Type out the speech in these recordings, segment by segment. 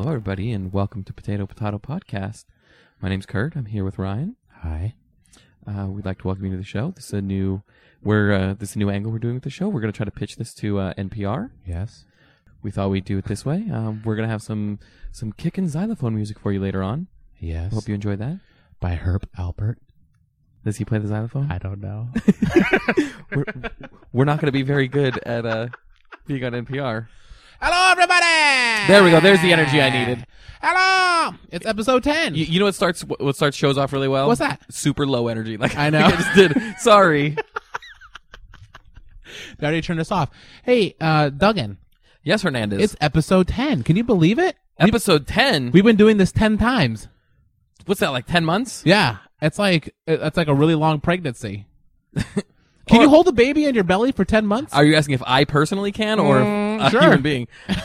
everybody, and welcome to Potato Potato Podcast. My name's Kurt. I'm here with Ryan. Hi. Uh, we'd like to welcome you to the show. This is a new we're uh, this is a new angle we're doing with the show. We're going to try to pitch this to uh, NPR. Yes. We thought we'd do it this way. Um, we're going to have some some kickin' xylophone music for you later on. Yes. Hope you enjoy that. By Herb Albert. Does he play the xylophone? I don't know. we're, we're not going to be very good at uh, being on NPR. Hello, everybody. There we go. There's the energy I needed. Hello. It's episode ten. You, you know what starts what starts shows off really well? What's that? Super low energy. Like I know. I just did. Sorry. they already turned us off. Hey, uh, Duggan. yes, Hernandez. It's episode ten. Can you believe it? episode ten. We've been doing this ten times. What's that? Like ten months? Yeah. It's like it's like a really long pregnancy. Can you Or- hold a baby in your belly for ten months? Are you asking if I personally can or if a Mm, sure. human being?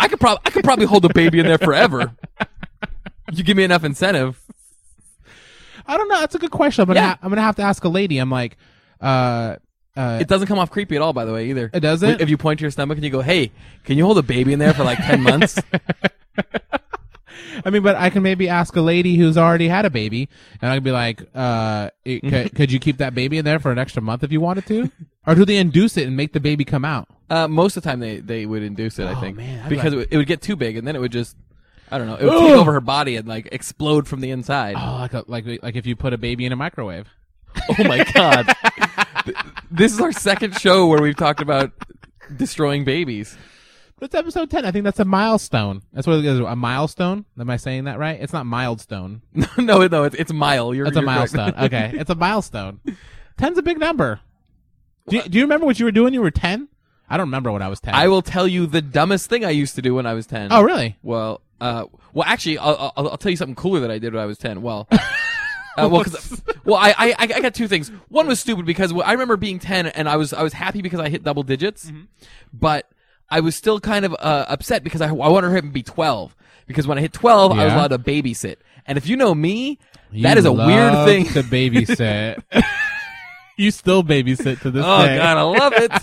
I could probably I could probably hold a baby in there forever. you give me enough incentive. I don't know. That's a good question. I'm gonna Yeah. ha- I'm gonna have to ask a lady. I'm like, uh, uh, It doesn't come off creepy at all, by the way, either. It doesn't? If you point to your stomach and you go, "Hey, can you hold a baby in there for like ten months?" I mean, but I can maybe ask a lady who's already had a baby, and I could be like, uh, it, could, could you keep that baby in there for an extra month if you wanted to? Or do they induce it and make the baby come out? Uh, most of the time, they, they would induce it. I Oh, think man, I'd because like- it, would, it would get too big, and then it would just I don't know. It would take Ugh. over her body and like explode from the inside. Oh, like a, like like if you put a baby in a microwave. Oh my god! Th- this is our second show where we've talked about destroying babies. But it's episode ten. I think that's a milestone. That's what it is. A milestone. Am I saying that right? It's not milestone. no, no, it's, it's mile. You're, It's a you're correct. milestone. okay, it's a milestone. Ten's a big number. Do, do you remember what you were doing? when You were ten. I don't remember when I was ten. I will tell you the dumbest thing I used to do when I was ten. oh, really? Well, uh, well, actually, I'll, I'll, I'll tell you something cooler that I did when I was ten. Well, uh, well, 'cause- well, I, I, I got two things. One was stupid because well, I remember being ten and I was, I was happy because I hit double digits, Mm-hmm. but I was still kind of uh, upset because I, I wanted her to be twelve because when I hit twelve, I was Yeah. allowed to babysit. And if you know me, You that is a weird love thing. to babysit. you still babysit to this oh day. god, I love it.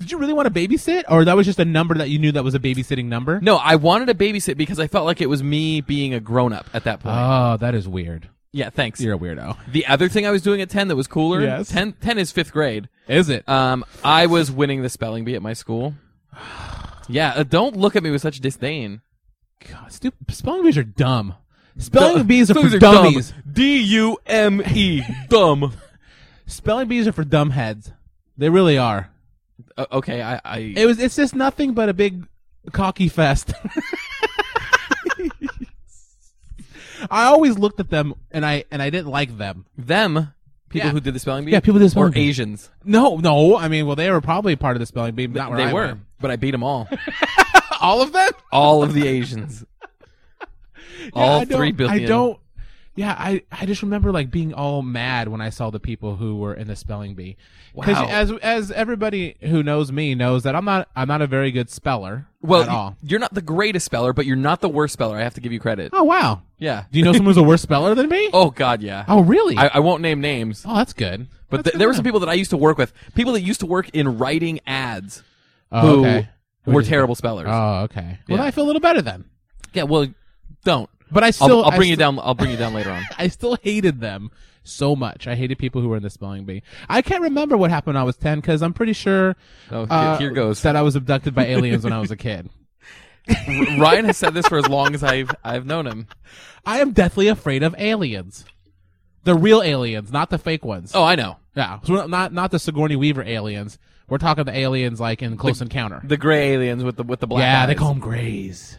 Did you really want to babysit, or that was just a number that you knew that was a babysitting number? No, I wanted to babysit because I felt like it was me being a grown up at that point. Oh, that is weird. yeah, thanks. You're a weirdo. The other thing I was doing at 10 that was cooler, Yes. 10, 10 is fifth grade. Is it? Um, I was winning the spelling bee at my school. Yeah, uh, don't look at me with such disdain. God, stupid. Spelling bees are dumb. Spelling bees are Those for dummies. D U M E, dumb. Spelling bees are for dumbheads. They really are. Uh, okay, I, I It was. It's just nothing but a big cocky fest. I always looked at them and I and I didn't like them. them people Yeah. who did the spelling bee. Yeah, people did the spelling or bee. Asians. No, no. I mean, well, they were probably part of the spelling bee. but Not where they I were, but I beat them all. All of them. all of the Asians. Yeah, all I don't- three billion. I don't. Yeah, I, I just remember like being all mad when I saw the people who were in the spelling bee. Because Wow. as as everybody who knows me knows that I'm not I'm not a very good speller Well, at all. you're not the greatest speller, but you're not the worst speller. I have to give you credit. Oh wow. Yeah. Do you know someone who's a worse speller than me? Oh God, yeah. Oh, really? I, I won't name names, oh, that's good. but That's th- good there were to some know. people that I used to work with, people that used to work in writing ads, Oh, who okay. were just- terrible spellers. Oh, okay. Well, Yeah. I feel a little better then. yeah, well, don't. But I I'll, still I'll bring I you still- down. I'll bring you down later on. I still hated them so much. I hated people who were in the spelling bee. I can't remember what happened when I was ten because I'm pretty sure Oh, here- uh, here goes. that I was abducted by aliens when I was a kid. R- Ryan has said this for as long as I've I've known him. I am deathly afraid of aliens. The real aliens, not the fake ones. Oh, I know yeah. So we're not not the Sigourney Weaver aliens. We're talking the aliens like in Close Encounter. the gray aliens with the with the black. yeah, they eyes. call them Greys.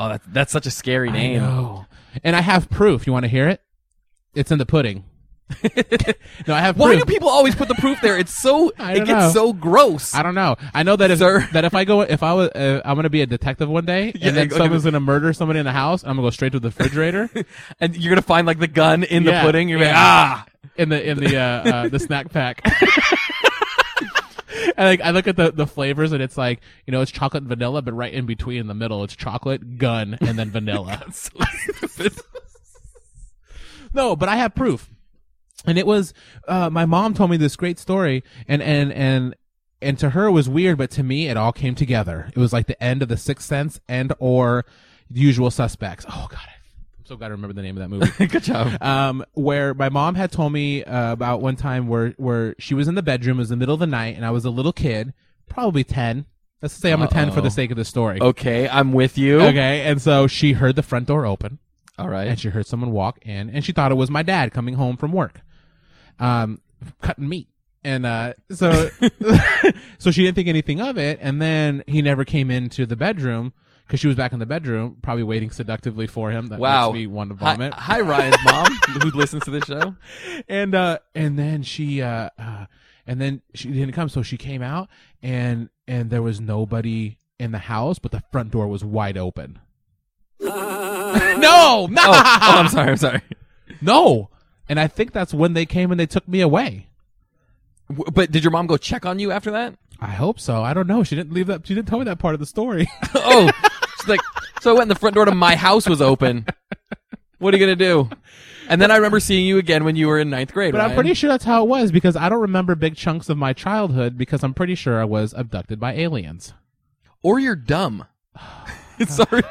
Oh, that, that's such a scary name. I know. And I have proof. You want to hear it? It's in the pudding. no, I have Why proof. do people always put the proof there? It's so I it don't gets know. so gross. I don't know. I know that if Sir. that if I go if I was uh, I'm gonna be a detective one day, Yeah, and then go to someone's the- gonna murder somebody in the house, and I'm gonna go straight to the refrigerator and you're gonna find like the gun in Yeah, the pudding. You're like, yeah. ah, in the in the uh, uh, the snack pack. and like I look at the, the flavors and it's like you know it's chocolate and vanilla, but right in between in the middle it's chocolate, gun, and then vanilla. So- no, but I have proof, and it was uh, my mom told me this great story, and and and and to her it was weird, but to me it all came together. It was like the end of The Sixth Sense and or The Usual Suspects. Oh God, I'm so glad I remember the name of that movie. Good job. um, where my mom had told me uh, about one time where where she was in the bedroom. It was the middle of the night, and I was a little kid, probably ten. Let's say I'm a ten for Uh-oh. Oh. the sake of the story. Okay, I'm with you. Okay, and so she heard the front door open All and right. she heard someone walk in and she thought it was my dad coming home from work um cutting meat and uh so so she didn't think anything of it and then he never came into the bedroom because she was back in the bedroom probably waiting seductively for him that Wow. makes me want to Hi, vomit hi, Ryan's mom, who listens to this show. and uh and then she uh, uh and then she didn't come so she came out and and there was nobody in the house but the front door was wide open no no Oh, oh, I'm sorry. I'm sorry. No. And I think that's when they came and they took me away. W- But did your mom go check on you after that? I hope so. I don't know. She didn't leave that. She didn't tell me that part of the story. oh, she's like, so I went in the front door to my house was open. What are you gonna do? And then I remember seeing you again when you were in ninth grade. but I'm Ryan. pretty sure that's how it was because I don't remember big chunks of my childhood because I'm pretty sure I was abducted by aliens. or you're dumb. Sorry.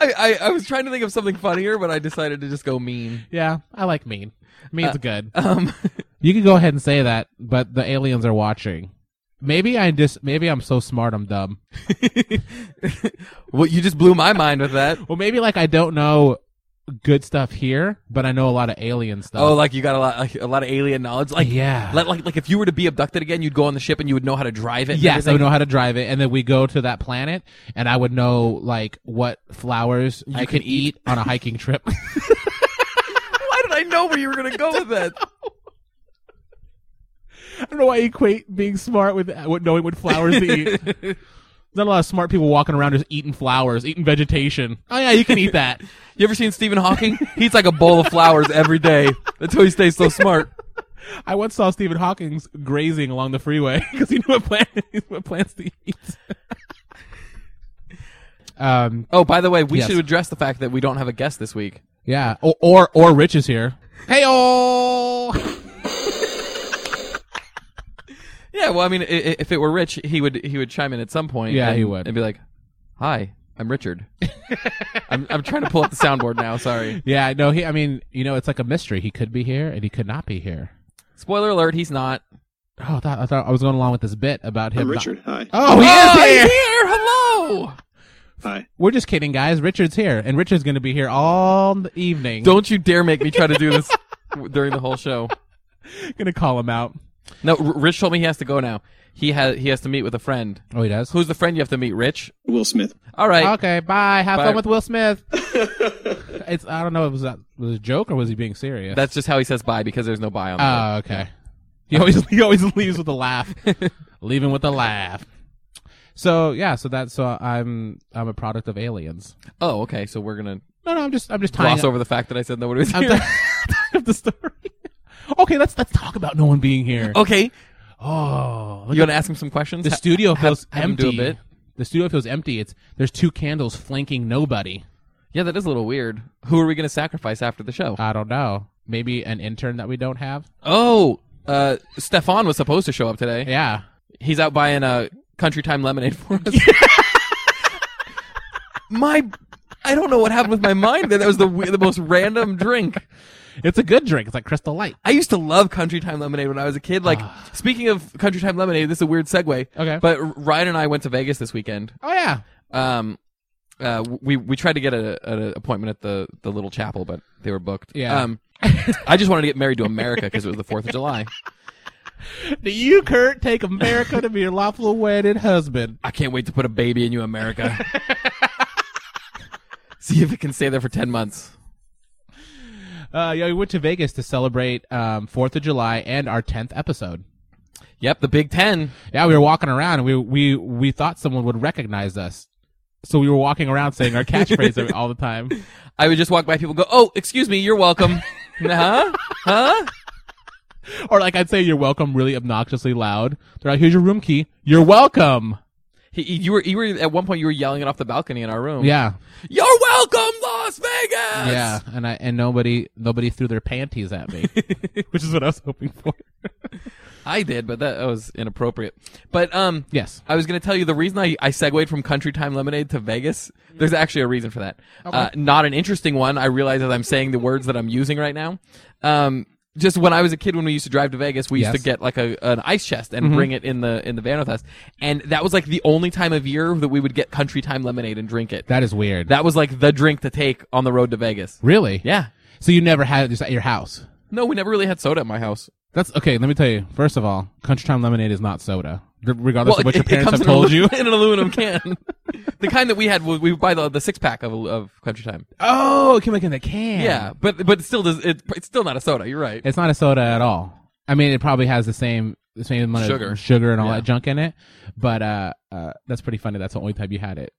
I, I, I was trying to think of something funnier, but I decided to just go mean. Yeah, I like mean. Mean's good. Um, You can go ahead and say that, but the aliens are watching. Maybe I just maybe I'm so smart I'm dumb. well, you just blew my mind with that. Well, maybe like I don't know good stuff here, but I know a lot of alien stuff. Oh, like you got a lot, like, a lot of alien knowledge. Like, Yeah. like, like, like if you were to be abducted again, you'd go on the ship and you would know how to drive it. and Yes, I would everything. know how to drive it, and then we go to that planet, and I would know like what flowers can I could eat on a hiking trip. Why did I know where you were gonna go with that? I don't know why you equate being smart with with knowing what flowers to eat. There's Not a lot of smart people walking around just eating flowers, eating vegetation. Oh yeah, you can eat that. You ever seen Stephen Hawking? He eats like a bowl of flowers every day. That's how he stays so smart. I once saw Stephen Hawking's grazing along the freeway because he knew what plant what plants to eat. um. Oh, by the way, we Yes. should address the fact that we don't have a guest this week. Yeah. Or or, or Rich is here. Hey oh. Yeah, well, I mean, i- i- if it were Rich, he would he would chime in at some point. Yeah, and, he would. and be like, "Hi, I'm Richard. I'm I'm trying to pull up the soundboard now. Sorry. Yeah, no, he. I mean, you know, it's like a mystery. He could be here, and he could not be here. Spoiler alert, he's not. Oh, I thought I, thought I was going along with this bit about him. I'm not- Richard. Hi. oh, he Oh, is here. he's here! Hello. Hi. We're just kidding, guys. Richard's here, and Richard's going to be here all the evening. Don't you dare make me try to do this during the whole show. going to call him out. No, R- Rich told me he has to go now. He has he has to meet with a friend. Oh, he does. Who's the friend you have to meet, Rich? Will Smith. All right. Okay, bye. Have Bye. fun with Will Smith. it's I don't know. It was that was it a joke or was he being serious? That's just how he says bye because there's no bye on. the Oh, okay. He always he always leaves with a laugh. Leaving with a laugh. So yeah, so that's so I'm I'm a product of aliens. Oh, okay. So we're gonna No, no, I'm just I'm just tying gloss up- over the fact that I said nobody was I'm here. tired of the story. Okay, let's let's talk about no one being here. okay. Oh, look You at- want to ask him some questions? the studio feels have him do a empty. bit. The studio feels empty. It's there's two candles flanking nobody. yeah, that is a little weird. Who are we gonna sacrifice after the show? I don't know. Maybe an intern that we don't have. Oh, uh, Stefan was supposed to show up today. Yeah. He's out buying a country time lemonade for us. my, I don't know what happened with my mind there. That was the we- the most random drink. It's a good drink. It's like Crystal Light. I used to love Country Time Lemonade when I was a kid. Like, speaking of Country Time Lemonade, this is a weird segue. Okay. But Ryan and I went to Vegas this weekend. Oh yeah. Um, uh, we we tried to get a, an appointment at the the little chapel, but they were booked. Yeah. Um, I just wanted to get married to America because it was the Fourth of July. Do you, Kurt, take America to be your lawful wedded husband? I can't wait to put a baby in you, America. See if it can stay there for ten months. Uh, yeah, we went to Vegas to celebrate um, Fourth of July and our tenth episode. Yep, the Big Ten. Yeah, we were walking around and we we we thought someone would recognize us. So we were walking around saying our catchphrase all the time. I would just walk by people, and go, "Oh, excuse me, you're welcome." huh? Huh? Or like I'd say you're welcome really obnoxiously loud. They're like, here's your room key. You're welcome. He, he- you were you were at one point you were yelling it off the balcony in our room. Yeah. You're welcome, Las Vegas. Yeah. And I and nobody nobody threw their panties at me. which is what I was hoping for. I did, but that, that was inappropriate. But um, Yes. I was going to tell you the reason I, I segued from Country Time Lemonade to Vegas. There's actually a reason for that. Uh, not an interesting one. I realize as I'm saying the words that I'm using right now. Um, just when I was a kid, when we used to drive to Vegas, we used Yes. Mm-hmm. to get like a an ice chest and bring it in the in the van with us, and that was like the only time of year that we would get Country Time Lemonade and drink it. That is weird. That was like the drink to take on the road to Vegas. really? Yeah. So you never had it just at your house? No, we never really had soda at my house. That's okay. Let me tell you. First of all, Country Time Lemonade is not soda, r- regardless of what your it- it parents comes have in an told you. alu- in an aluminum can. the kind that we had, was- we would buy the, the six pack of, of Country Time. Oh, it came like in the can. Yeah, but but it still does. It, it's still not a soda. You're right. It's not a soda at all. I mean, it probably has the same the same amount Sugar. of sugar and all Yeah. that junk in it, but uh, uh, that's pretty funny. That's the only time you had it.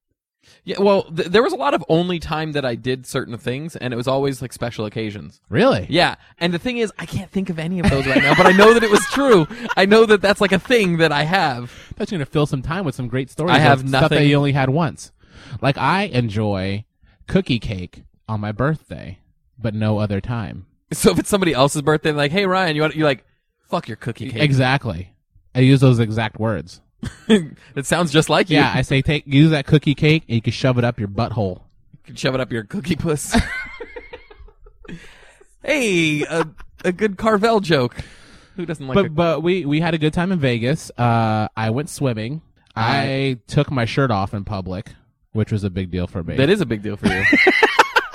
yeah. Well, th- there was a lot of only time that I did certain things, and it was always like special occasions. Really? Yeah, and the thing is, I can't think of any of those right now, but I know that it was true. I know that that's like a thing that I have. That's going to fill some time with some great stories. I of have Stuff that nothing- you only had once. Like I enjoy cookie cake on my birthday, but no other time. So if it's somebody else's birthday, like, hey Ryan, you want? You're like, fuck your cookie cake. Exactly. I use those exact words. it sounds just like you. Yeah, I say take use that cookie cake and you can shove it up your butthole. You can shove it up your cookie puss. hey, a, a good Carvel joke. Who doesn't like? But but we we had a good time in Vegas. Uh, I went swimming. I took my shirt off in public, which was a big deal for me. a, that is a big deal for you.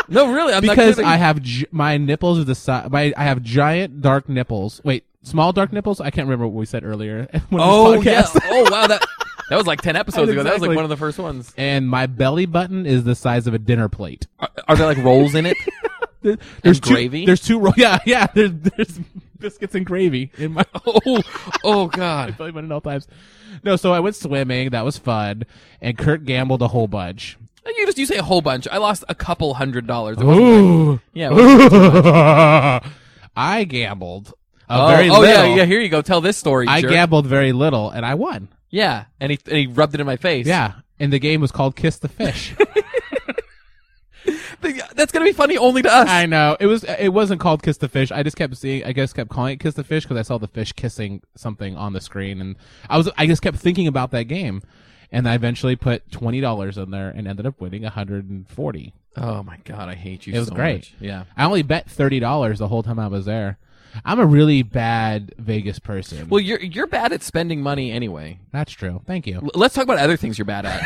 no, really, I'm not because kidding. I have gi- my nipples are the size. My I have giant dark nipples. Wait, small dark nipples. I can't remember what we said earlier. when this Oh yeah. podcast- Oh wow. That that was like ten episodes ago. That was like Exactly. one of the first ones. And my belly button is the size of a dinner plate. Are, are there like rolls in it? There's two, gravy? There's two. Ro- yeah, yeah. There's there's biscuits and gravy in my oh, oh god. belly button at all times. No, so I went swimming. That was fun. And Kurt gambled a whole bunch. You just you say a whole bunch. I lost a couple hundred dollars. Oh. It was- Ooh. Yeah. it was- I gambled a Oh, very oh, little. yeah, yeah. Here you go. Tell this story. I jerk. gambled very little and I won. Yeah, and he and he rubbed it in my face. Yeah. And the game was called Kiss the Fish. Th- that's gonna be funny only to us. I know. It was it wasn't called Kiss the Fish. I just kept seeing I guess kept calling it Kiss the Fish cuz I saw the fish kissing something on the screen and I was I just kept thinking about that game and I eventually put $20 in there and ended up winning 140. oh my god, I hate you. It was so great. much. Yeah. I only bet $30 the whole time I was there. I'm a really bad Vegas person. Well, you're you're bad at spending money anyway. That's true. Thank you. L- let's talk about other things you're bad at.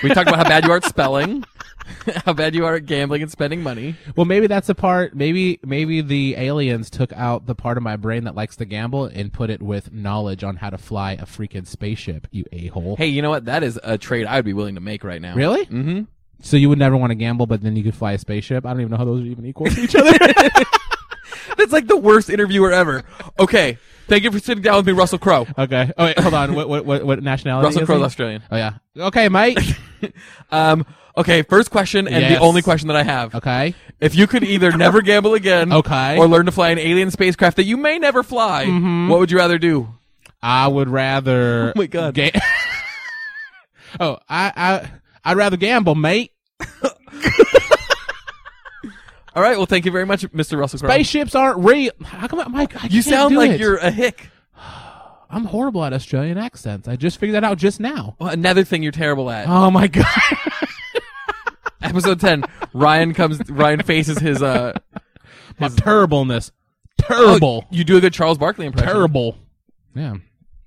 we talked about how bad you are at spelling, how bad you are at gambling and spending money. Well, maybe that's the part. Maybe maybe the aliens took out the part of my brain that likes to gamble and put it with knowledge on how to fly a freaking spaceship. You a hole. Hey, you know what? That is a trade I would be willing to make right now. Really? Mm-hmm. So you would never want to gamble, but then you could fly a spaceship. I don't even know how those are even equal to each other. That's like the worst interviewer ever. Okay, thank you for sitting down with me, Russell Crowe. okay. Oh wait, hold on. What what what, what nationality? Russell is Crowe's he? Australian. Oh yeah. Okay, mate. Um, okay, first question and the Yes. only question that I have. Okay. If you could either never gamble again, Okay. or learn to fly an alien spacecraft that you may never fly, Mm-hmm. what would you rather do? I would rather. Oh my God. oh, I I I'd rather gamble, mate. All right. Well, thank you very much, Mr. Russell Crowe. Spaceships aren't real. How come, I- Mike? I you can't sound do like it. you're a hick. I'm horrible at Australian accents. I just figured that out just now. Well, another thing you're terrible at. Oh my god. Episode ten. Ryan comes. Ryan faces his. uh my terribleness. oh, Terrible. you do a good Charles Barkley impression. terrible. Yeah.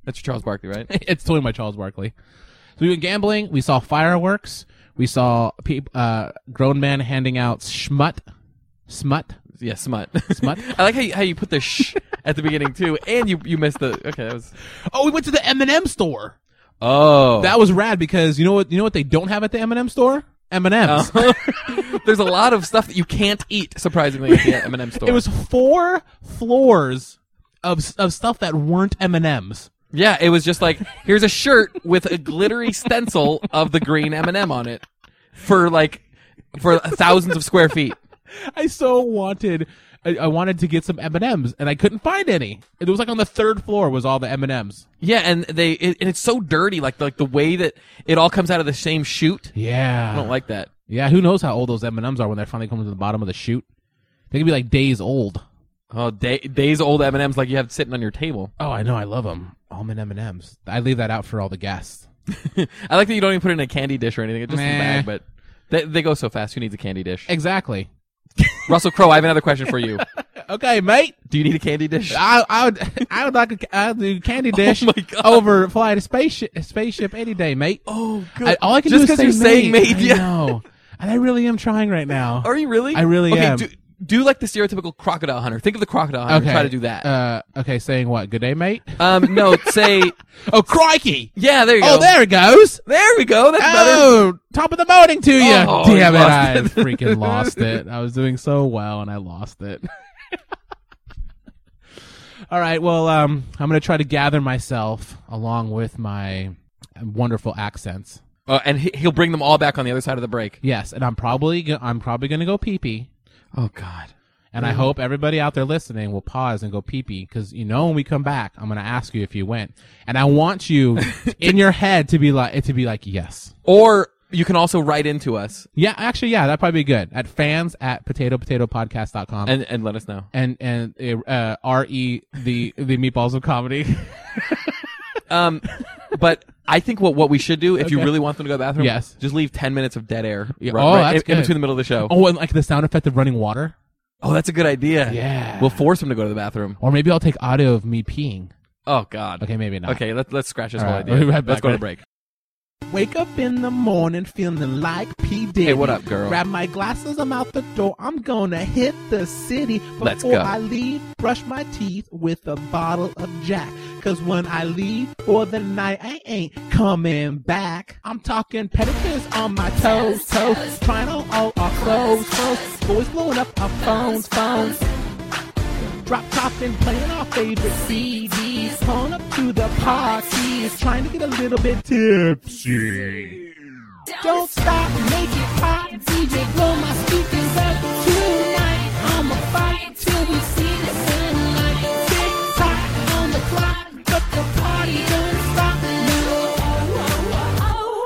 That's your Charles Barkley, right? it's totally my Charles Barkley. So we went gambling. We saw fireworks. We saw peop uh, grown men handing out schmut. Smut. yeah, smut. Smut. I like how you, how you put the sh at the beginning too, and you you missed the. Okay, that was. Oh, we went to the M&M store. Oh. That was rad because you know what? You know what they don't have at the M&M store? M&Ms. There's a lot of stuff that you can't eat, surprisingly, at the M&M store. It was four floors of of stuff that weren't M&Ms. yeah, it was just like here's a shirt with a glittery stencil of the green M&M on it for like for thousands of square feet. I so wanted. I, I wanted to get some M and M's, and I couldn't find any. It was like on the third floor was all the M and M's. Yeah, and they it, and it's so dirty, like like the way that it all comes out of the same chute. Yeah, I don't like that. yeah. Who knows how old those M and M's are when they finally come to the bottom of the chute? They could be like days old. Oh, day, days old M and M's like you have sitting on your table. Oh, I know. I love them. Almond M and M's. I leave that out for all the guests. I like that you don't even put it in a candy dish or anything. It's just in Meh. the bag, but they, they go so fast. Who needs a candy dish? Exactly. Russell Crowe, I have another question for you. Okay, mate. Do you need a candy dish? I I would I would like a I'll do candy dish my God. over fly to spaceship spaceship any day, mate. Oh, good. I, all I can Just do is 'cause you're say saying mate. mate, yeah. I know. and I really am trying right now. Are you really? I really okay, am. Do, do like the stereotypical crocodile hunter. Think of the crocodile hunter. and okay, Try to do that. Uh, okay, saying what? Good day, mate. um, no, say Oh, crikey! yeah. There you Oh, go. there it goes. There we go. That's better. Oh, top of the morning to you. Oh, you Damn it! lost I it. freaking lost it. I was doing so well and I lost it. All right. Well, um, I'm gonna try to gather myself along with my wonderful accents. Uh, and he, he'll bring them all back on the other side of the break. Yes, and I'm probably go- I'm probably gonna go pee pee. Oh God. And I hope everybody out there listening will pause and go pee pee because you know when we come back, I'm gonna ask you if you went, and I want you in your head to be like to be like yes, Or you can also write into us yeah, actually, yeah, that'd probably be good at fans at potato potato podcast dot com and and let us know. and and uh, R E the the meatballs of comedy. Um, but I think what what we should do if you Okay. really want them to go to the bathroom, Yes. just leave ten minutes of dead air. ri- oh, that's in, in good. between the middle of the show. Oh. oh, and like the sound effect of running water, that's a good idea. Yeah. we'll force them to go to the bathroom. or maybe I'll take audio of me peeing. Oh God. Okay, maybe not. Okay, let's let's scratch this All whole right, idea. we'll be right let's back, go to man. break. Wake up in the morning feeling like P. Diddy. Hey, what up, girl? Grab my glasses, I'm out the door. I'm gonna hit the city. Before Let's go. I leave, brush my teeth with a bottle of Jack. Cause when I leave for the night, I ain't coming back. I'm talking pedicures on my toes, toes. Trying on all our clothes, clothes. Boys blowing up our phones, phones. Drop top and playing our favorite CDs. Pulling up to the parties, trying to get a little bit tipsy. Don't stop, make it hot, DJ, blow my speakers up tonight. I'ma fight till we see the sunlight. Tick tock on the clock, but the party don't stop. No. oh,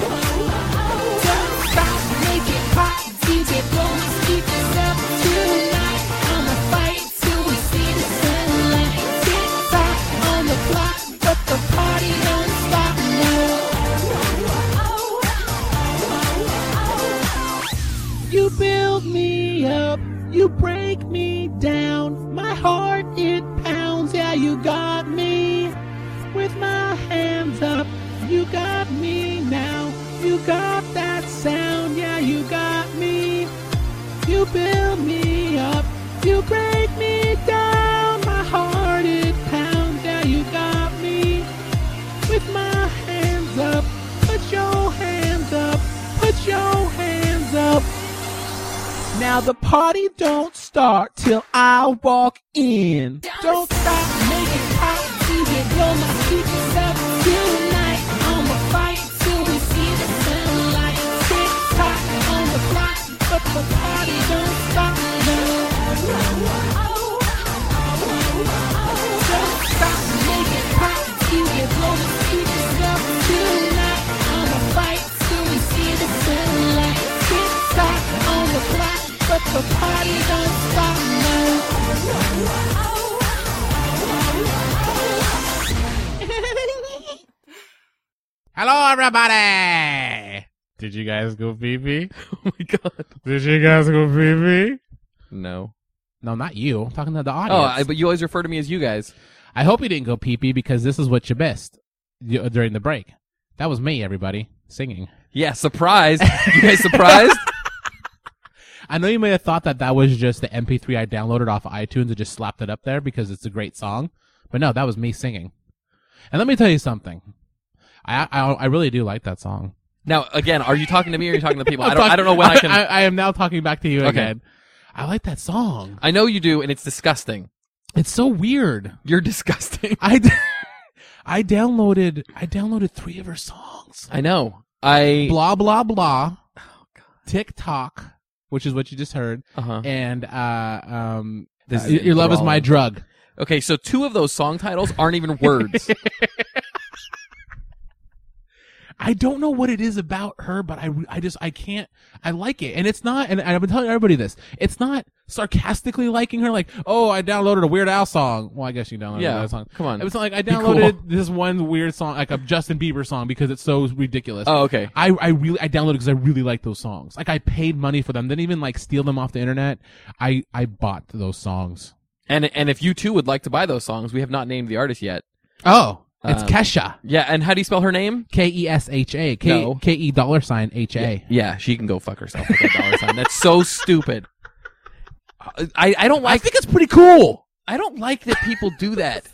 Don't stop, make it hot, DJ, blow my speakers up tonight. I'ma fight till we see the sunlight. Tick tock on the clock, but the party don't stop. No. You build me up, you break me down. My heart it pounds, yeah, you got me with my hands up. You got me now. You got that sound. Yeah, you got me. You build me up. You break me down. My heart it pounds. Yeah, you got me with my hands up. Put your hands up. Put your hands up. Now the party don't start till I walk in. Don't stop, make it pop, DJ, blow my speakers up tonight. I'ma fight till we see the sunlight. Tick tock on the clock, but the party don't stop. No. Don't stop, make it pop, DJ, blow my speakers up tonight. I'ma fight till we see the sunlight. Tick tock on the clock, but the party don't stop. No. Hello, everybody. Did you guys go pee pee? Oh my god. Did you guys go pee pee? No. No, not you. I'm talking to the Oh, audience. I, but you always refer to me as you guys. I hope you didn't go pee pee because this is what you missed y- uh, during the break. That was me, everybody, singing. Yeah, surprised. you guys surprised? I know you may have thought that that was just the MP3 I downloaded off of iTunes and just slapped it up there because it's a great song, but no, that was me singing. And let me tell you something. I I, I really do like that song. Now, again, are you talking to me or are you talking to the people? I I'm don't, I don't know when I can. I, I, I am now talking back to you Okay. again. I like that song. know you do, and it's disgusting. It's so weird. You're disgusting. I, d- I downloaded I downloaded three of her songs. I know. I. blah blah blah. Oh, TikTok, which is what you just heard, Uh-huh. and uh, um, This uh, is your, your love is my enthralling. drug. Okay, so two of those song titles aren't even words. I don't know what it is about her, but I, I just, I can't, I like it. And it's not, and I've been telling everybody this, it's not sarcastically liking her, like, oh, I downloaded a Weird Al song. Well, I guess you downloaded Yeah, a Weird Al song. come on. It was not like I cool. downloaded this one weird song, like a Justin Bieber song because it's so ridiculous. Oh, okay. I, I really I downloaded because I really like those songs. Like I paid money for them. Didn't even like steal them off the internet. I I bought those songs. And and if you too would like to buy those songs, we have not named the artist yet. Oh, it's Um, Kesha. Yeah, and how do you spell her name? K e s h a k No. k e dollar sign h a. Yeah, she can go fuck herself with that dollar sign. That's so stupid. I, I don't I like think it's pretty cool. I don't like that people do that.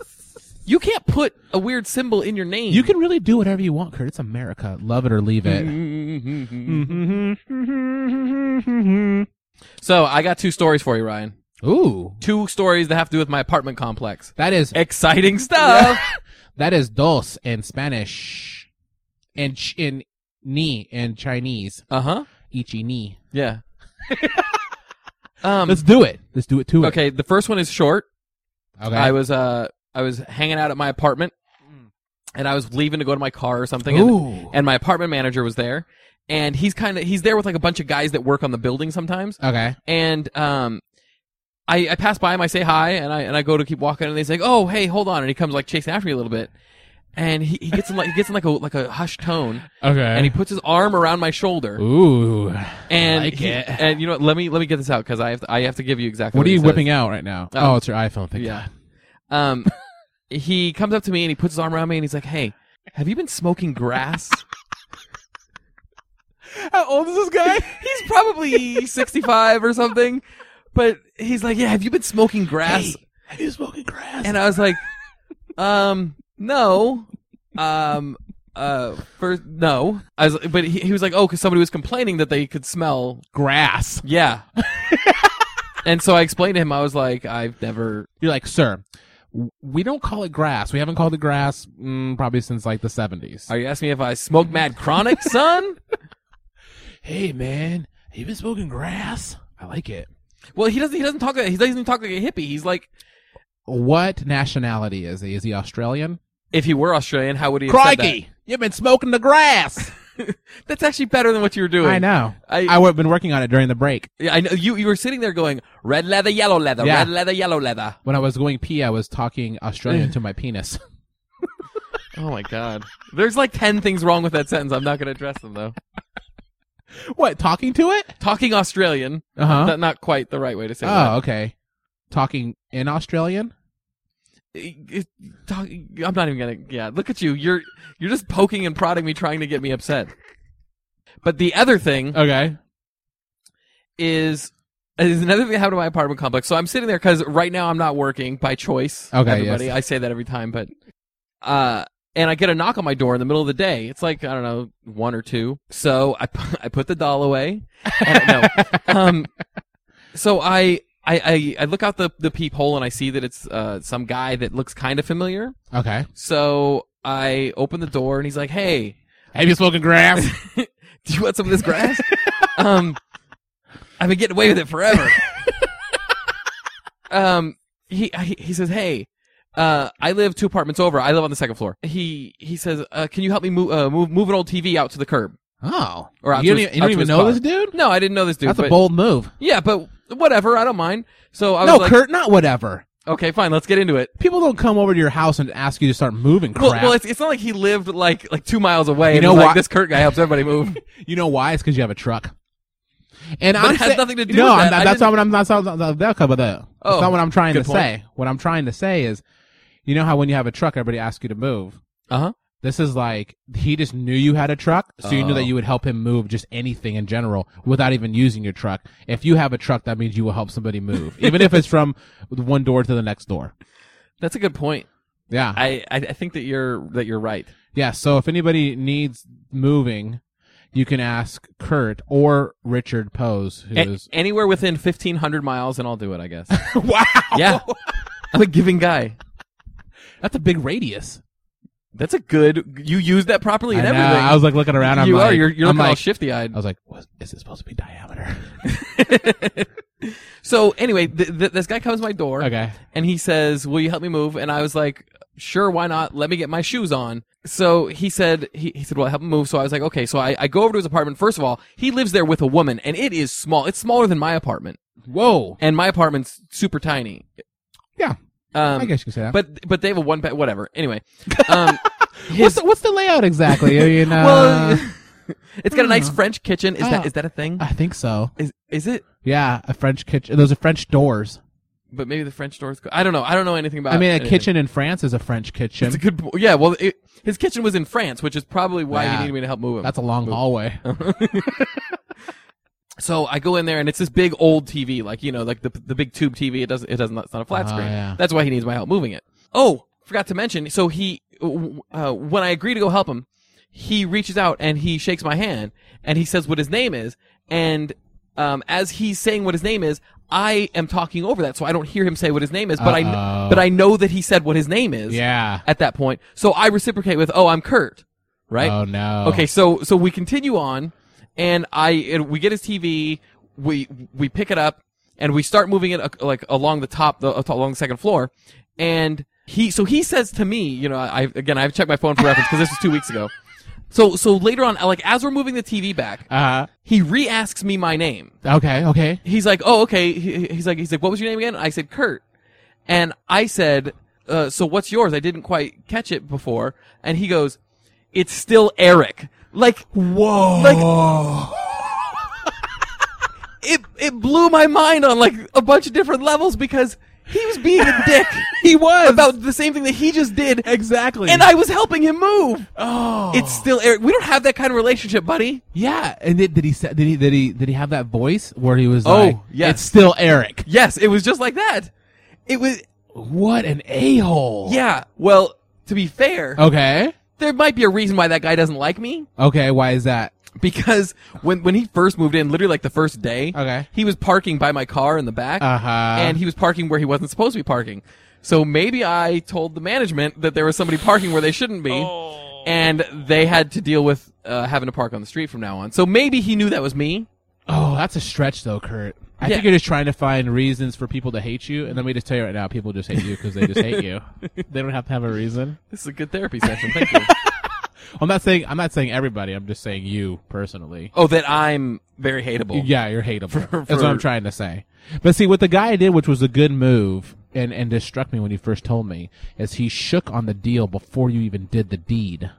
You can't put a weird symbol in your name. You can really do whatever you want, Kurt. It's America. Love it or leave it. can. Mm-hmm. So I got two stories for you, Ryan. Ooh, Two stories that have to do with my apartment complex. that is Exciting stuff. that is dos in Spanish, and ch- in ni in Chinese. Uh huh. Ichi ni. Yeah. um. Let's do it. Let's do it to it. Okay. The first one is short. Okay. I was uh I was hanging out at my apartment, and I was leaving to go to my car or something. And, Ooh. and my apartment manager was there, and he's kind of he's there with like a bunch of guys that work on the building sometimes. okay. And um, I I pass by him, I say hi, and I and I go to keep walking, and they say, "Oh, hey, hold on!" And he comes like chasing after me a little bit, and he, he gets in like he gets in like a like a hushed tone, Okay. and he puts his arm around my shoulder, Ooh. and like he- it. and you know what, let me let me get this out because I have to, I have to give you exactly What are you whipping out. whipping out right now? Oh, it's your iPhone. Thank Yeah. Um, he comes up to me and he puts his arm around me and he's like, "Hey, have you been smoking grass?" God. How old is this guy? he's probably sixty-five or something, but he's like, "Yeah, have you been smoking grass?" Have you smoking grass? And I was like, "Um, no, um." Uh, first no, I was, but he, he was like, oh, because somebody was complaining that they could smell, grass. yeah. and so I explained to him, I was like, I've never, You're like, sir, w- we don't call it grass. We haven't called it grass mm, probably since like the 70s. are you asking me if I smoke mad chronic, son? hey, man, have you been smoking grass? I like it. Well, he doesn't. He doesn't talk. like- He doesn't even talk like a hippie. He's like, What nationality is he? Is he Australian? if he were Australian, how would he? have said Crikey, you've been smoking the grass. that? That's actually better than what you were doing. I know. I- I would have been working on it during the break. Yeah, I know. You you were sitting there going red leather, yellow leather, Yeah. red leather, yellow leather. When I was going pee, I was talking Australian to my penis. Oh my god. There's like ten things wrong with that sentence. I'm not going to address them though. what, talking to it? Talking Australian. Uh huh. Not not quite the right way to say Oh, that. okay. Talking in Australian? It- it- talk- I'm not even gonna. Yeah, look at you. You're you're just poking and prodding me, trying to get me upset. But the other thing Okay. is is another thing that happened to my apartment complex. So I'm sitting there because right now I'm not working by choice. Okay, everybody, yes. I say that every time, but uh, and I get a knock on my door in the middle of the day. It's like I don't know one or two. So I pu- I put the doll away. I don't know. um, so I. I, I, I look out the, the peephole and I see that it's uh, some guy that looks kind of familiar. Okay. So I open the door and he's like, "Hey, Have you smoking grass? do you want some of this grass? um, I've been getting away with it forever. um, he he he says, hey. Uh, I live two apartments over. I live on the second floor. He he says, uh, "Can you help me move uh, move move an old TV out to the curb?" oh. Or out to you don't his- even, you out to don't even his know car. this dude? No, I didn't know this dude. That's but, a bold move. Yeah, but whatever. I don't mind. So I was No, like, Kurt, not whatever. "Okay, fine. Let's get into it." People don't come over to your house and ask you to start moving crap. Well, well, it's, it's not like he lived like like two miles away. You and know was like, why- This Kurt guy helps everybody move. you know why? It's because you have a truck. And But I'm it has sa- nothing to do No, with I'm that. not, I that's didn't- Oh, not what I'm not. That's not, that's not what I'm- that's not what I'm trying to good point. say. What I'm trying to say is, you know how when you have a truck, everybody asks you to move. Uh huh. This is like he just knew you had a truck, so you knew Oh. that you would help him move just anything in general without even using your truck. If you have a truck, that means you will help somebody move, even if it's from one door to the next door. That's a good point. Yeah, I, I I think that you're that you're right. yeah. So if anybody needs moving, you can ask Kurt or Richard Pose, who A- is anywhere within 1500 miles and i'll do it i guess wow, yeah i'm a giving guy that's a big radius. that's a good you use that properly I, and know. everything I was like looking around. I'm you like, are you're, you're I'm looking all like, shifty eyed I was like, what, is it supposed to be diameter? so anyway th- th- this guy comes to my door okay. and he says will you help me move and i was like sure, why not? Let me get my shoes on. So he said, he, he said, well, help him move. So I was like, okay. So I, I go over to his apartment. First of all, he lives there with a woman and it is small. It's smaller than my apartment Whoa. and my apartment's super tiny. Yeah. Um, I guess you could say that. but, but they have a one pet, whatever. Anyway, um, his- what's the, what's the layout exactly? Are you in, uh, well, it's got a nice hmm. French kitchen. Is that Ah. is that a thing? I think so. Is is it? Yeah, a French kitchen. Those are French doors. But maybe the French doors. go- I don't know. I don't know anything about. I mean, a anything. kitchen in France is a French Uh, kitchen. It's a good. po- Yeah. Well, it, his kitchen was in France, which is probably why Yeah. he needed me to help move him. That's a long hallway. so I go in there, and it's this big old TV, like you know, like the the big tube TV. It doesn't. It doesn't. It's not a flat Ah, screen. yeah. That's why he needs my help moving it. Oh, forgot to mention. So he, uh, when I agree to go help him, he reaches out and he shakes my hand, and he says what his name is, and um, as he's saying what his name is. I am talking over that, so I don't hear him say what his name is, but I, Uh-oh. kn- but I know that he said what his name is. Yeah. at that point. So I reciprocate with, "Oh, I'm Kurt," right? Oh no. Okay, so so we continue on, and I and we get his TV, we we pick it up, and we start moving it uh, like along the top, the, uh, along the second floor, and he so he says to me, you know, I again I've checked my phone for reference because this was two weeks ago. So so later on, like as we're moving the TV back, Uh, he re-asks me my name okay. Okay. he's like, oh, okay. He- He's like, he's like, what was your name again? I said, Kurt. And I said, uh, so what's yours? I didn't quite catch it before. And he goes, it's still Eric. Like, Whoa. it, it blew my mind on like a bunch of different levels because he was being a dick. he was About the same thing that he just did, exactly. and I was helping him move. Oh. It's still Eric. We don't have that kind of relationship, buddy. yeah. And did, did he sa- did he did he did he have that voice where he was Oh, like, yes. it's still Eric. Yes, it was just like that. It was, What an a hole. yeah. Well, to be fair, Okay. there might be a reason why that guy doesn't like me. Okay. Why is that? because when when he first moved in, literally like the first day, Okay. he was parking by my car in the back, Uh-huh. and he was parking where he wasn't supposed to be parking. So maybe I told the management that there was somebody parking where they shouldn't be, and they had to deal with uh, having to park on the street from now on. So maybe he knew that was me. Oh, that's a stretch though, Kurt. I Yeah. think you're just trying to find reasons for people to hate you, and then we just tell you right now, people just hate you because they just hate you. They don't have to have a reason. This is a good therapy session. Thank you. I'm not saying I'm not saying everybody. I'm just saying you personally. Oh, that I'm very hateable. Yeah, you're hateable. That's for- what I'm trying to say. But see, what the guy did, which was a good move, and and this struck me when he first told me, is he shook on the deal before you even did the deed.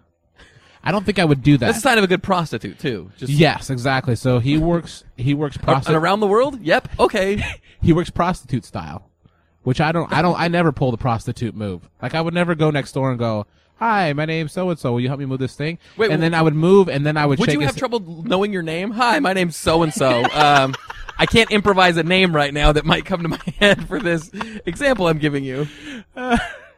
I don't think I would do that. That's a sign of a good prostitute too. Just yes, exactly. So he works. He works and prostitute. around the world. Yep. Okay. he works prostitute style, which I don't. I don't. I never pull the prostitute move. Like I would never go next door and go, "Hi, my name's so and so. Will you help me move this thing?" Wait, and w- then I would move, and then I would. Would shake you his- have trouble knowing your name? Hi, my name's so and so. Um, I can't improvise a name right now that might come to my head for this example I'm giving you.